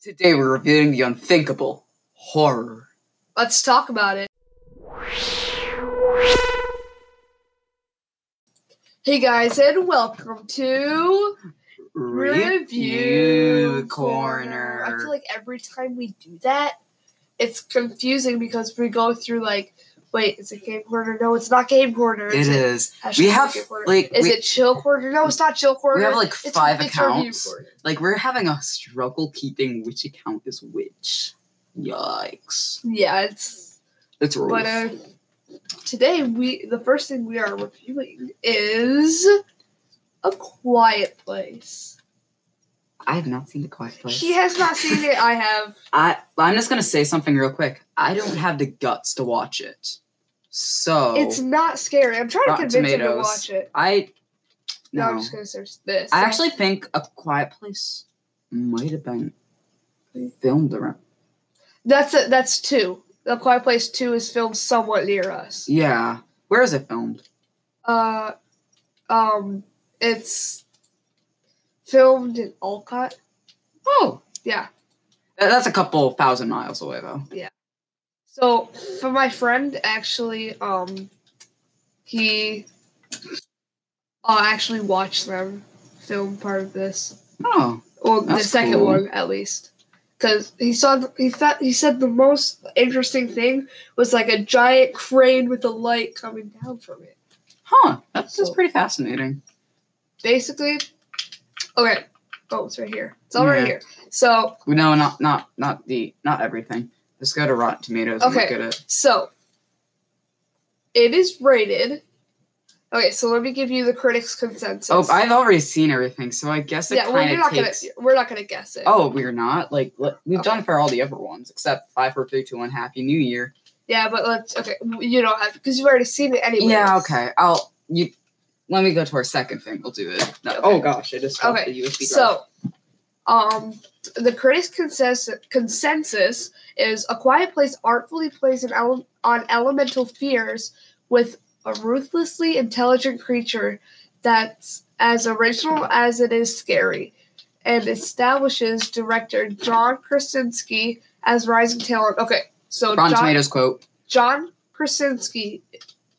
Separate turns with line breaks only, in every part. Today we're reviewing the unthinkable horror.
Let's talk about it. Hey guys, and welcome to Review Corner. I feel like every time we do that, it's confusing because we go through like, wait, is it Game Corner? No, it's not Game Corner.
it is.
hashtag
We have
Game Corner.
like
is
we,
it Chill Corner? No, it's not Chill Corner.
we have like
It's-
five
it's Review
accounts.
Corner.
Like we're having a struggle keeping which account is which. Yikes!
Yeah, it's
It's rough.
but uh, today we the first thing we are reviewing is a Quiet Place.
I have not seen the Quiet Place.
She has not seen it. I have.
I I'm just gonna say something real quick. I don't have the guts to watch it, so
It's not scary. I'm trying to
Oh. Rotten
convince him to
Tomatoes.
watch it.
I
No,
no.
I'm just gonna search this.
I
So,
actually think A Quiet Place might have been filmed around.
that's a, that's two. The Quiet Place Two is filmed somewhat near us.
Yeah. Where is it filmed?
Uh, um, it's filmed in Alcott.
Oh.
Yeah.
Tha- That's a couple thousand miles away, though.
So for my friend, actually, um, he uh, actually watched them film part of this.
Oh.
Well, the
That's
second
cool.
one at least, because he saw th- he thought he said the most interesting thing was like a giant crane with a light coming down from it.
Huh. That's just
So-
pretty fascinating.
Basically, okay. Oh, it's right here. It's all right
Yeah.
here. So,
We know not not not the not everything. Just go to Rotten Tomatoes and
Okay.
look at it.
so it is rated. Okay, so let me give you the critics' consensus.
Oh, I've already seen everything, so I guess it
yeah, we're
kind of
not
takes.
gonna we're not gonna guess it.
Oh, we're not like let- we've
Okay.
done for all the other ones except five, four, three, two, one. Happy New Year.
yeah, but let's okay. You don't have because you've already seen it anyway.
Yeah. Okay. I'll you. Let me go to our second thing. We'll do it. No- Oh gosh, I just dropped
Okay,
the USB drive.
So, um, the critics' consensus, consensus is A Quiet Place artfully plays an ele- on elemental fears with a ruthlessly intelligent creature that's as original as it is scary and establishes director John Krasinski as rising talent. Okay, so
Rotten
John,
Tomatoes quote.
John Krasinski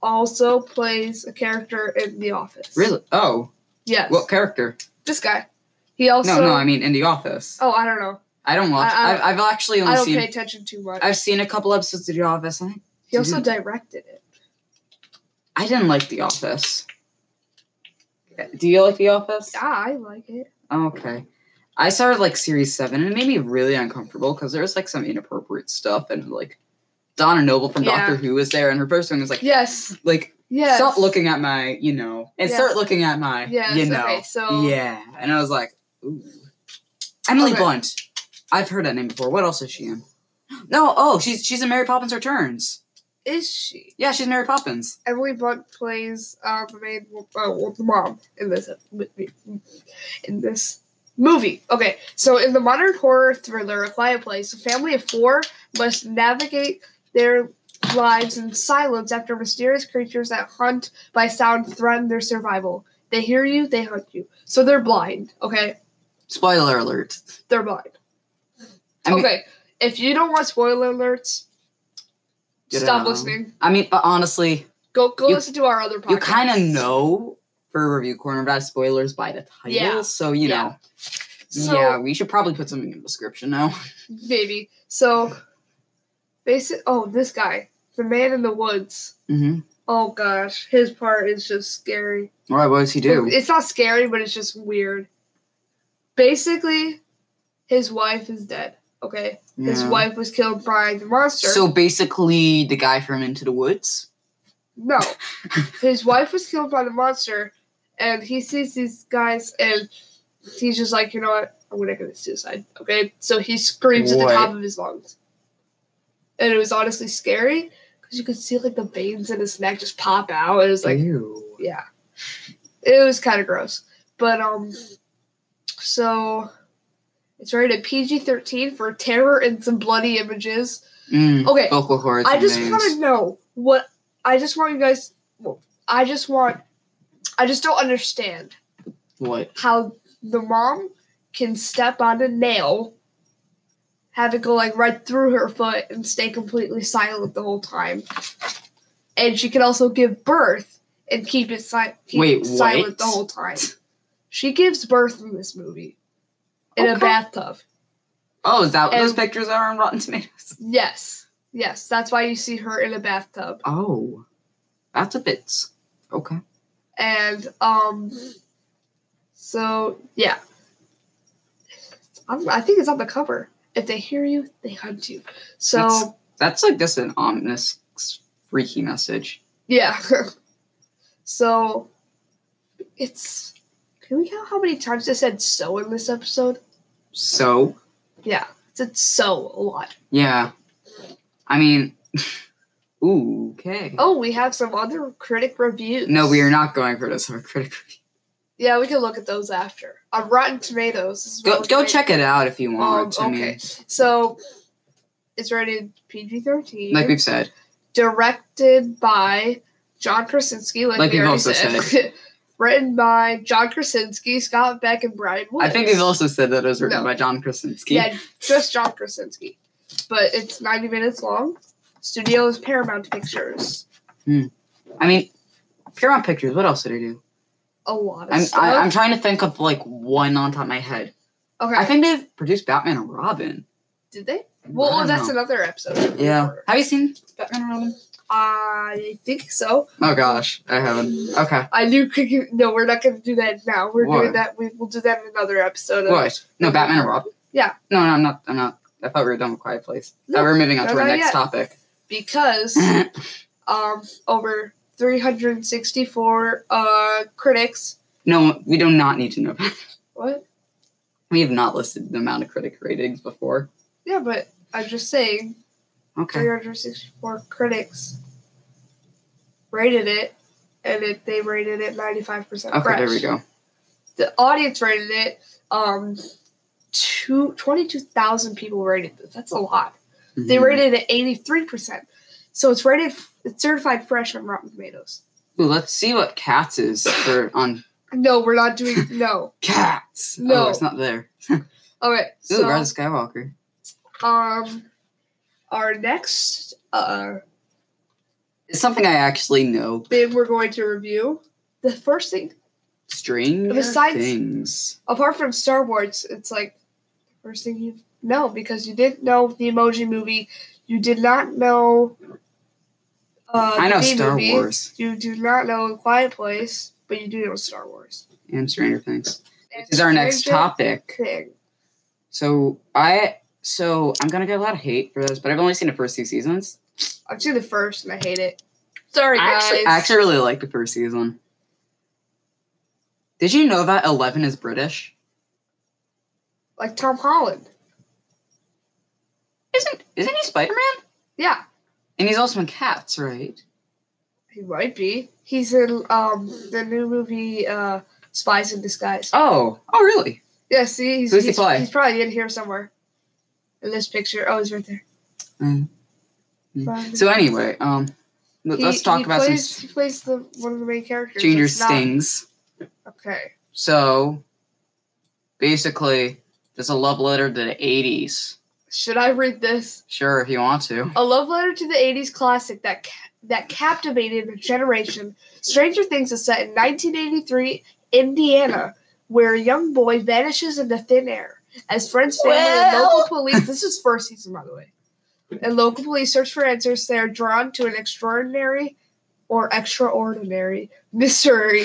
also plays a character in The Office.
Really? Oh,
Yes.
what character?
this guy. He also
no, no. I mean, in The Office.
Oh, I don't know.
I don't watch.
I- I
I,
don't-
have I've actually
I
only
don't
seen.
pay attention too much.
I've seen a couple episodes of The Office. I,
he also
didn't-
directed it.
I didn't like The Office. Do you like The Office?
Ah, I like it.
Okay. I started like series seven, and it made me really uncomfortable because there was like some inappropriate stuff, and like Donna Noble from
Yeah.
Doctor Who was there, and her first one was like,
Yes.
like
Yes.
stop looking at my, you know, and
Yes.
start looking at my,
Yes.
you know,
Okay. So
yeah. And I was like, ooh. Emily
Okay.
Blunt. I've heard that name before. What else is she in? No, oh, she's she's in Mary Poppins Returns.
is she?
Yeah, she's Mary Poppins.
Emily Blunt plays uh, the main uh, well, the mom in this in this movie. Okay, so in the modern horror thriller A Quiet Place, a family of four must navigate their lives in silence after mysterious creatures that hunt by sound threaten their survival. They hear you, they hunt you. So they're blind. Okay,
Spoiler alert.
they're blind.
I mean-
okay, if you don't want spoiler alerts,
Get
stop
out.
listening.
I mean, but honestly,
Go go
You-
listen to our other podcast.
you kind of know for review corner about spoilers by the title,
Yeah.
so you
Yeah.
know.
So,
yeah, we should probably put something in the description now.
maybe. So, basic. Oh, this guy, the man in the woods.
Mm-hmm.
Oh gosh, his part is just scary.
All right, what does he do?
It's not scary, but it's just weird. Basically, his wife is dead. Okay, his
Yeah.
wife was killed by the monster.
So basically, the guy from Into the Woods.
No. His wife was killed by the monster, and he sees these guys, and he's just like, you know what? I'm gonna commit suicide. Okay? So he screams at
What?
the top of his lungs. And it was honestly scary because you could see like the veins in his neck just pop out. It was like,
Ew.
yeah. It was kind of gross. But, um, so it's rated PG 13 for terror and some bloody images.
Mm,
Okay,
Vocal cords.
I
and
just
veins.
want to know what I just want you guys. Well, I just want. I just don't understand
What?
how the mom can step on a nail had to go like right through her foot and stay completely silent the whole time. And she could also give birth and keep it, si- keep
Wait,
it silent
what?
the whole time. She gives birth in this movie in a
Okay.
bathtub.
Oh, is that what
And-
those pictures are on Rotten Tomatoes?
Yes. Yes, that's why you see her in a bathtub.
Oh, that's a bit. s- Okay.
And um so yeah. I'm, I think it's on the cover. If they hear you, they hunt you. So
That's- That's like just an ominous, freaky message.
Yeah. so it's can we count how many times I said so in this episode?
So,
Yeah. I said so a lot.
yeah. I mean, ooh, okay.
Oh, we have some other critic reviews.
No, we are not going for this. Our critic. review.
Yeah, we can look at those after. On Rotten Tomatoes. as well
Go
as
go
Rotten-
check it out if you
Um,
want. I mean,
Oh, okay. So it's rated PG thirteen.
like we've said,
directed by John Krasinski, like,
Like
we
we've
already
also
said. Written by John Krasinski, Scott Beck, and Brian Woods.
I think we've also said that it was written
No.
by John Krasinski.
Yeah, just John Krasinski. But it's 90 minutes long. Studio is Paramount Pictures.
I mean, Paramount Pictures. What else did I do?
A lot of
I'm
stuff.
I, I'm trying to think of like one on top of my head.
okay.
I think they've produced Batman and Robin.
Did they? Well,
I don't
that's
know.
another episode.
yeah. Have you seen Batman and Robin?
I think so.
Oh gosh, I haven't. Okay,
I knew. cooking- No, we're not going to do that now. We're
Why?
doing that. We will do that in another episode. of-
what? No, Batman and Robin.
Yeah.
No, no, I'm not. I'm not. I thought we were done with Quiet Place.
No,
No, we're moving on
no,
to our
not
next
yet.
topic.
Because um, over 364 uh, critics.
no, we do not need to know.
What?
we have not listed the amount of critic ratings before.
Yeah, but I'm just saying.
Okay.
364 critics rated it, and it, they rated it 95%
Okay,
fresh.
there we go.
The audience rated it. Um, two, 22,000 people rated this. That's a lot. They
Mhm.
rated it 83%. So it's rated, it's certified fresh on Rotten Tomatoes.
Ooh, let's see what Cats is for on
No, we're not doing, no.
Cats.
No.
Oh, it's not there.
All right.
Ooh,
So,
Rise of Skywalker.
um, our next uh,
It's something I actually know.
thing we're going to review, the first thing
Stranger
Besides-
Things.
apart from Star Wars, it's like the first thing you know because you didn't know the Emoji Movie, you did not know. Uh,
I know
the B
Star
movie.
Wars
You do not know The Quiet Place, but you do know Star Wars.
and Stranger Things.
And
This is our next
Stranger
topic.
Thing.
So I so I'm gonna get a lot of hate for this, but I've only seen the first two seasons.
I've seen the first and I hate it. Sorry,
I
guys.
actually, I actually really like the first season. Did you know that Eleven is British?
like Tom Holland.
Isn't isn't he Spider Man?
Yeah,
And he's also in Cats, right?
he might be. He's in um the new movie uh Spies in Disguise.
Oh, oh really?
Yeah, see, he's
Who's he
he's,
play?
he's probably in here somewhere. In this picture, oh, he's right there.
Mm. Mm.
Probably.
So anyway, um, let-
Mm-hmm. He-
let's talk
he
about
plays,
some
He plays the one of the main characters.
Stranger
It's not-
Stings.
Okay.
So basically, there's a love letter to the 80s.
Should I read this?
Sure, if you want to.
A love letter to the '80s classic that ca- that captivated a generation. Stranger Things is set in 1983 Indiana, where a young boy vanishes into thin air as friends, family, and
Well.
local police. This is first season, by the way. And local police search for answers. They are drawn to an extraordinary or extraordinary mystery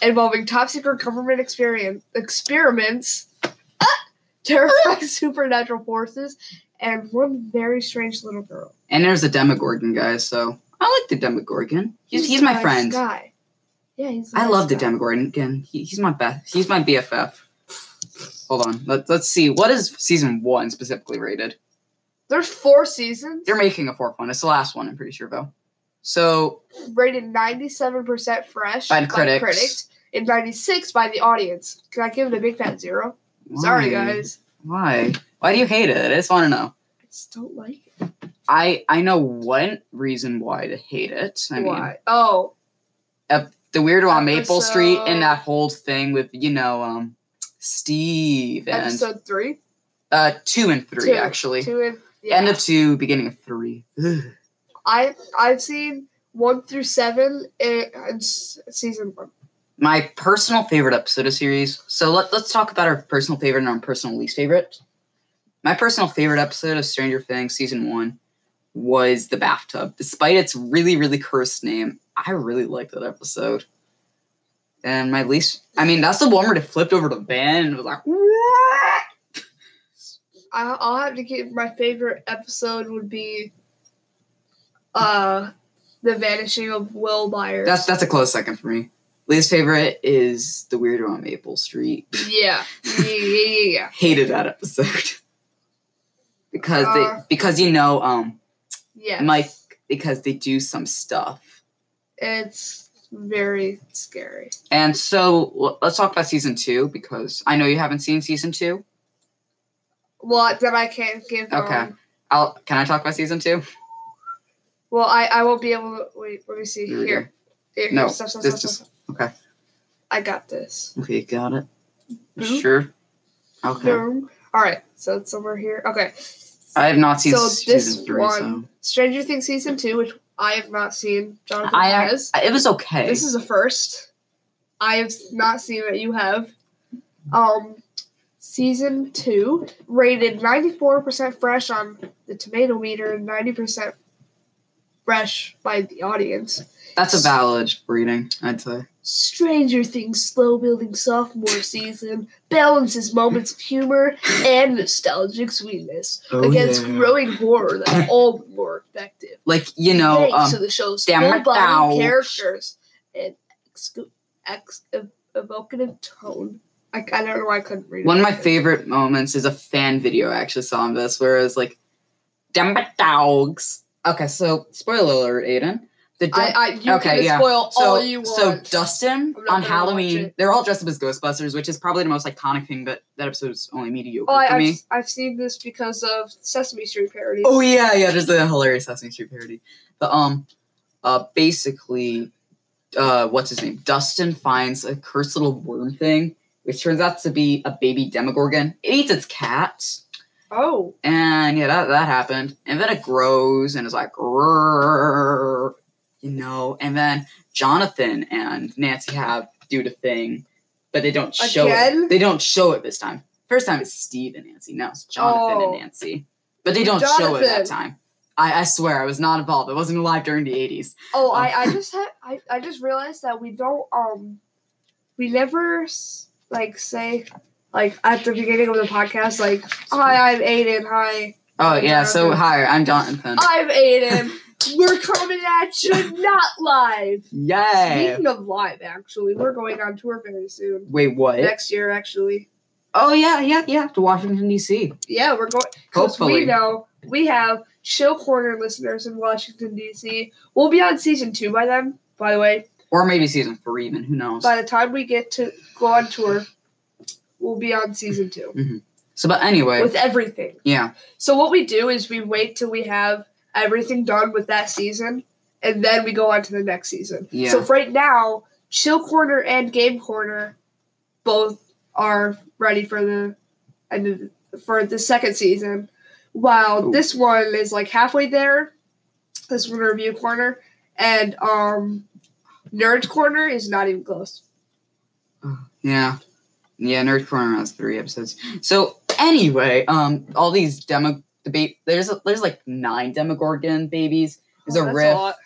involving top secret government experience experiments, terrifying supernatural forces, and one very strange little girl.
And there's a Demogorgon guy, so I like the Demogorgon. He's, he's
a
my
nice
friend.
Guy. Yeah, he's. a
I
nice
love the
guy.
Demogorgon. He, he's my best. He's my BFF. Hold on. Let, let's see. What is season one specifically rated?
There's four seasons.
They're making a fourth one. It's the last one, I'm pretty sure, though. So
rated 97% fresh
By the critics.
and 96 by the audience. Can I give it a big fat zero? Sorry,
why?
guys.
Why? Why do you hate it? I just want to know.
I just don't like it.
I I know one reason why to hate it. I mean,
Why? Oh,
the weirdo on Maple
Episode-
Street and that whole thing with you know um Steve and
episode three.
Uh, two and three
Two.
actually.
Two and yeah.
End of two, beginning of three. Ugh.
I I've seen one through seven in, in s- season one.
My personal favorite episode of series. So let, let's talk about our personal favorite and our personal least favorite. My personal favorite episode of Stranger Things season one was the bathtub. Despite its really really cursed name, I really liked that episode. And my least, I mean, that's the one where they flipped over to Ben and was like, "What?"
I, I'll have to give my favorite episode would be uh the vanishing of Will Myers.
That's that's a close second for me. Least favorite is the weirdo on Maple Street.
yeah. yeah, yeah, yeah, yeah.
Hated that episode because
Uh.
they because you know um
Yes.
Mike because they do some stuff.
It's very scary.
And so l- let's talk about season two because I know you haven't seen season two.
Well, that I can't give.
Okay.
um,
I'll can I talk about season two?
well, I, I won't be able to. Wait, let me see.
Here we
Here.
go.
Here, here,
No,
Stop, stop,
this
stop,
just-
stop.
okay.
I got this.
Okay, got it.
Boop.
Sure. Okay.
Boom. All right. So it's over here. Okay.
I have not seen
So this
season three,
one, Stranger Things season two, which I have not seen.
so
Jonathan
I
has.
it was okay.
This is a first. I have not seen it. You have. Um, season two rated ninety four percent fresh on the tomato meter and ninety percent fresh by the audience.
That's a valid reading, I'd say.
Stranger Things slow building sophomore season balances moments of humor and nostalgic sweetness
Oh,
against growing horror that's all more effective.
like you know
Thanks
um,
to the show's
damn
full
right
body
now.
characters and excu- ex- ev- evocative tone. I, I don't know why I couldn't read
one
it.
of my favorite moments is a fan video I actually saw on this where it was like Dumba dogs. Okay, so spoiler alert, Aiden. The du-
I, I, you
Okay,
can
yeah.
spoil
so,
all you
so
want.
Dustin
I'm not
on
gonna watch
Halloween,
it.
they're all dressed up as Ghostbusters, which is probably the most iconic thing, but that episode's only mediocre
oh,
for
I,
me.
I've, I've seen this because of Sesame Street parodies.
Oh yeah, yeah, there's a hilarious Sesame Street parody. But um uh basically uh what's his name? Dustin finds a cursed little worm thing, which turns out to be a baby demogorgon. It eats its cat.
Oh,
And yeah, that, that happened. And then it grows and is like, "Grrrr," you know. And then Jonathan and Nancy have do the thing, but they don't show
Again?
it. They don't show it this time. First time it's Steve and Nancy. Now it's Jonathan
Oh.
and Nancy. But they don't show it that
Jonathan.
time. I, I swear, I was not involved. I wasn't alive during the 80s.
oh, I, I just ha- I, I just realized that we don't um we never s- like say like at the beginning of the podcast like hi I'm Aiden hi
Oh, yeah. So,
Jonathan. Oh,
hi, I'm Jonathan.
I'm Aiden. We're coming at you not live.
Yay.
Speaking of live, actually, we're going on tour very soon.
Wait, what?
Next year, actually.
Oh, yeah, yeah, yeah. To Washington, D.C.
Yeah, we're going. Because we
Hopefully.
know we have Chill Corner listeners in Washington, D.C. We'll be on season two by then, by the way.
Or maybe season three, even. Who knows?
By the time we get to go on tour, we'll be on season two
so, but anyway.
with everything.
yeah.
So, what we do is we wait till we have everything done with that season, and then we go on to the next season.
Yeah.
So for right now, Chill Corner and Game Corner both are ready for the end of, for the second season. While
Ooh.
this one is like halfway there, this one review corner and um Nerd Corner is not even close.
Yeah. Yeah, Nerd Corner has three episodes. So anyway, um, all these demo debate there's there's like nine Demogorgon babies. There's
Oh,
a
that's
riff.
lot.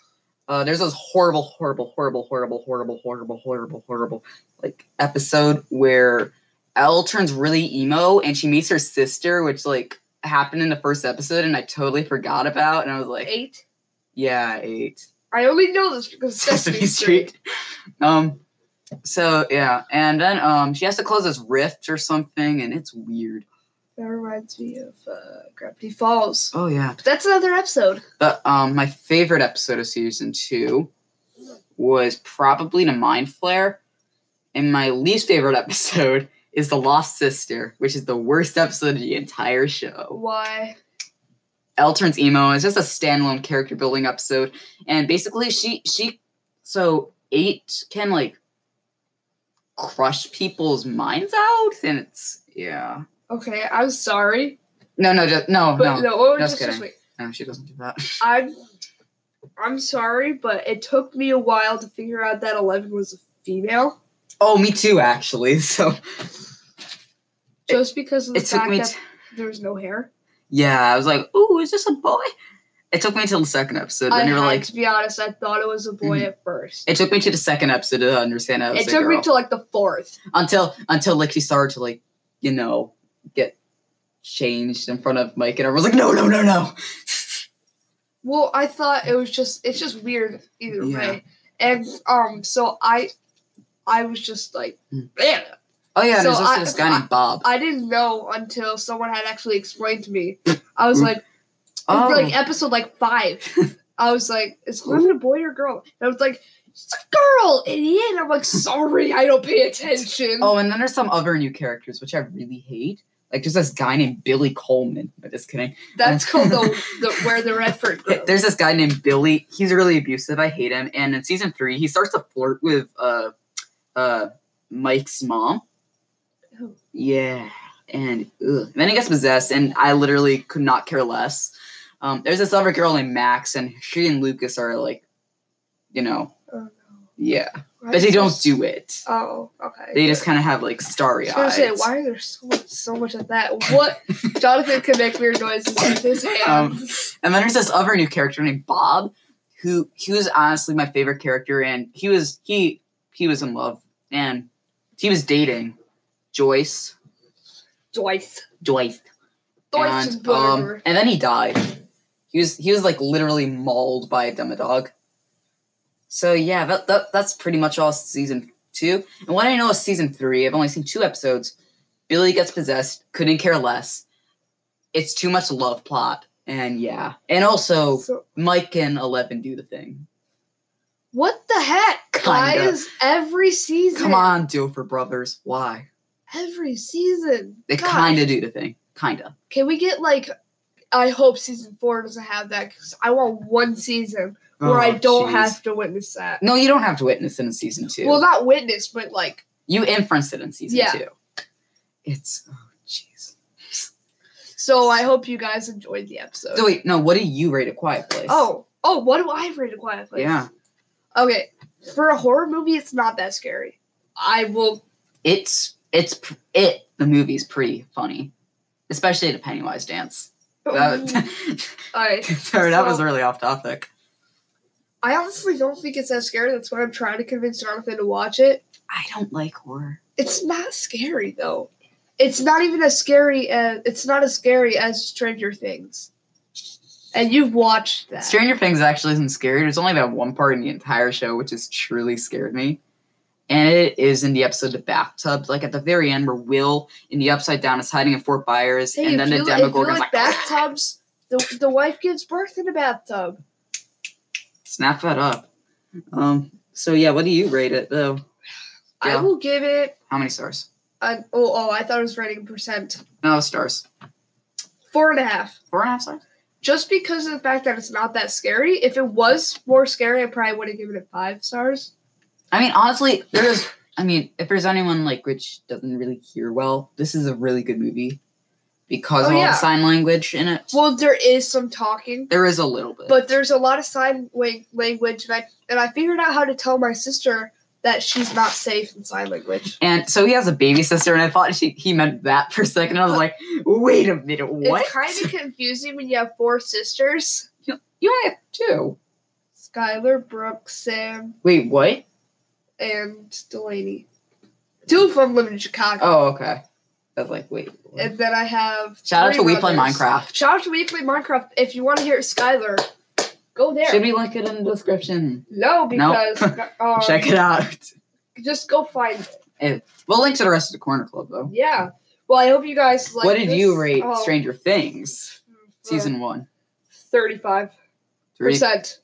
uh, there's this horrible, horrible, horrible, horrible, horrible, horrible, horrible, horrible like episode where Elle turns really emo and she meets her sister, which like happened in the first episode, and I totally forgot about. And I was like,
Eight.
yeah, eight.
I only know this because of Sesame Street.
Um, so yeah, and then um, she has to close this rift or something, and it's weird.
That reminds me of uh, Gravity Falls.
Oh yeah,
But that's another episode.
but um, my favorite episode of season two was probably the Mind Flare, and my least favorite episode is the Lost Sister, which is the worst episode of the entire show.
Why?
Elle turns emo. It's just a standalone character building episode, and basically she she so eight can like crush people's minds out, and it's yeah.
Okay, I'm sorry.
No, no, just, no,
But
no,
no, oh,
just
just,
kidding.
just wait.
no. She doesn't do that.
I'm I'm sorry, but it took me a while to figure out that eleven was a female.
Oh, me too, actually. So It-
Just because of the
it took
fact
me.
that
T-
there was no hair.
yeah, I was like, "Ooh, is this a boy?" It took me till the second episode.
I
Then you were
had
like,
to be honest, I thought it was a boy at first.
It took me to the second episode to understand that it was oh.
It
a
took
girl.
me to like the fourth.
until until like she started to like you know get changed in front of Mike and everyone's like no no no no
Well, I thought it was just it's just weird either
Yeah.
way. And um so I I was just like
Mm.
man,
oh yeah and there's
So
also
I-
this guy named Bob
I didn't know until someone had actually explained to me. I was
Mm.
like
oh
for like episode like five. I was like, is Lemon a boy or a girl? And I was like, it's a girl, idiot. And I'm like, sorry, I don't pay attention.
oh and then there's some other new characters which I really hate like there's this guy named Billy Coleman no, just kidding
That's called the, the where the Redford
Th-
grew.
there's this guy named Billy he's really abusive I hate him and in season three he starts to flirt with uh uh Mike's mom
Who?
Yeah, and, ugh. and then he gets possessed, and I literally could not care less. Um, there's this other girl named Max, and she and Lucas are like, you know,
Oh, no.
yeah,
Why
but
is
they
there
don't
s-
do it.
Oh, okay.
They just kind of have like starry
I was gonna
eyes.
say, why are there so much, so much of that? What Jonathan can make weird noises with his
Um,
hands.
And then there's this other new character named Bob, who he was honestly my favorite character, and he was he he was in love, and he was dating Joyce.
Twice.
Joyce.
Twice is
and, um,
whatever.
and then he died. He was he was like literally mauled by a demodog. So yeah, that, that that's pretty much all season two. And what I know is season three. I've only seen two episodes. Billy gets possessed. Couldn't care less. It's too much love plot. And yeah, and also
So-
Mike and Eleven do the thing.
what the heck,
Kinda.
guys? Every season.
Come on, Dofer brothers. Why
Every season.
they
God.
kind of do the thing? Kinda.
Can we get like? I hope season four doesn't have that because I want one season where I
Oh,
don't
jeez.
have to witness that.
No, you don't have to witness it in season two.
Well, not witness, but like
You inferenced it in season
Yeah.
two. It's oh jeez.
so. I hope you guys enjoyed the episode.
So wait, no. What do you rate a quiet place?
oh, oh, what do I rate a Quiet Place?
yeah.
Okay, for a horror movie, it's not that scary. I will.
It's it's pr- it. The movie's pretty funny, especially the Pennywise dance.
Oh.
That,
Alright.
sorry, that was
So-
really off topic.
I honestly don't think it's that scary. That's why I'm trying to convince Jonathan to watch it.
I don't like horror.
It's not scary though. It's not even as scary as it's not as scary as Stranger Things. And you've watched that.
Stranger Things actually isn't scary. There's only that one part in the entire show which has truly scared me. And it is in the episode The Bathtub, like at the very end where Will in the Upside Down is hiding in Fort Byers
Hey,
and
if
then
you-
the
if you
Demogorgon's like, "Ah!"
like bathtubs. The, the wife gives birth in a bathtub.
snap that up. Um so yeah, what do you rate it though?
I
Yeah.
will give it.
How many stars?
An, oh, oh, I thought it was rating percent.
No stars.
Four and a half.
Four and a half stars?
Just because of the fact that it's not that scary. If it was more scary, I probably would have given it five stars.
I mean, honestly, there is. I mean, if there's anyone like which doesn't really hear well, this is a really good movie because
Oh,
of all
yeah.
the sign language in it.
Well, there is some talking,
There is a little bit,
but there's a lot of sign wa- language, and I and I figured out how to tell my sister that she's not safe in sign language.
and so he has a baby sister, and I thought she he meant that for a second. I was like, wait a minute, what?
It's kind of confusing when you have four sisters:
you only have two.
Skylar, Brooke, Sam,
Wait, what?
and Delaney. Two of them live in Chicago.
Oh, okay. I was like, wait. what?
And then I have
Oh. Shout out
three
to We Play
brothers.
Minecraft.
Shout out to We Play Minecraft. If you want to hear Skylar, go there.
Should we link it in the description?
no, because um,
Check it out.
Just go find it.
We'll link to the rest of the Corner Club though.
Yeah. Well, I hope you guys like.
what did
this.
you rate
Oh,
Stranger Things
for
season one?
Thirty-five
Three.
percent,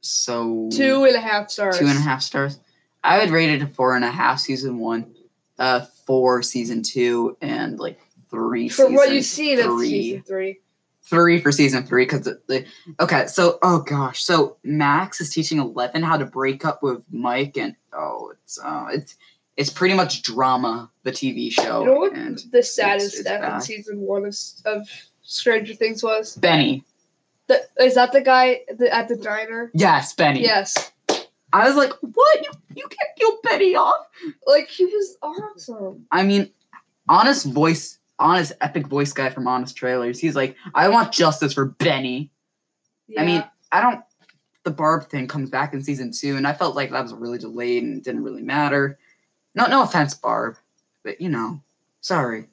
So
two and a half stars.
two and a half stars. I would rate it a four and a half season one, uh, four season two, and like three
For
season
what you've seen, it's
three.
season three.
Three for season three because the okay. So oh gosh, so Max is teaching Eleven how to break up with Mike, and oh, it's uh, it's It's pretty much drama, the TV show.
You know what
Oh, and
the saddest
it's
death in
bad.
season one of, of Stranger Things was?
Benny.
The, is that the guy at the, at the diner?
Yes, Benny.
Yes.
I was like, what? You, you can't kill Benny off.
Like, he was awesome.
I mean, honest voice, honest epic voice guy from Honest Trailers. He's like, I want justice for Benny. I mean,
Yeah.
I don't. The Barb thing comes back in season two, and I felt like that was really delayed and it didn't really matter. No, no offense, Barb, but you know, sorry.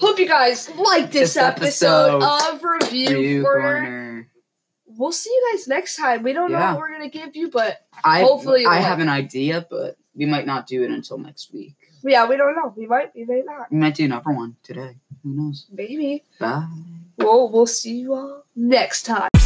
hope you guys like this,
This
episode,
episode
of Review,
You,
Corner.
Garner.
We'll see you guys next time. We don't know
Yeah.
what we're going to give you, but
I
Hopefully
hopefully
you'll
I
like
have an idea, but we might not do it until next week.
yeah, we don't know. We might, we may not.
We might do another one today. Who knows?
Maybe.
Bye.
Well, we'll see you all next time.